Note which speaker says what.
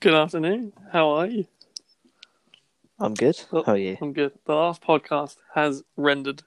Speaker 1: Good afternoon. How are you?
Speaker 2: I'm good.
Speaker 1: Oh.
Speaker 2: How are you?
Speaker 1: I'm good. The last podcast has rendered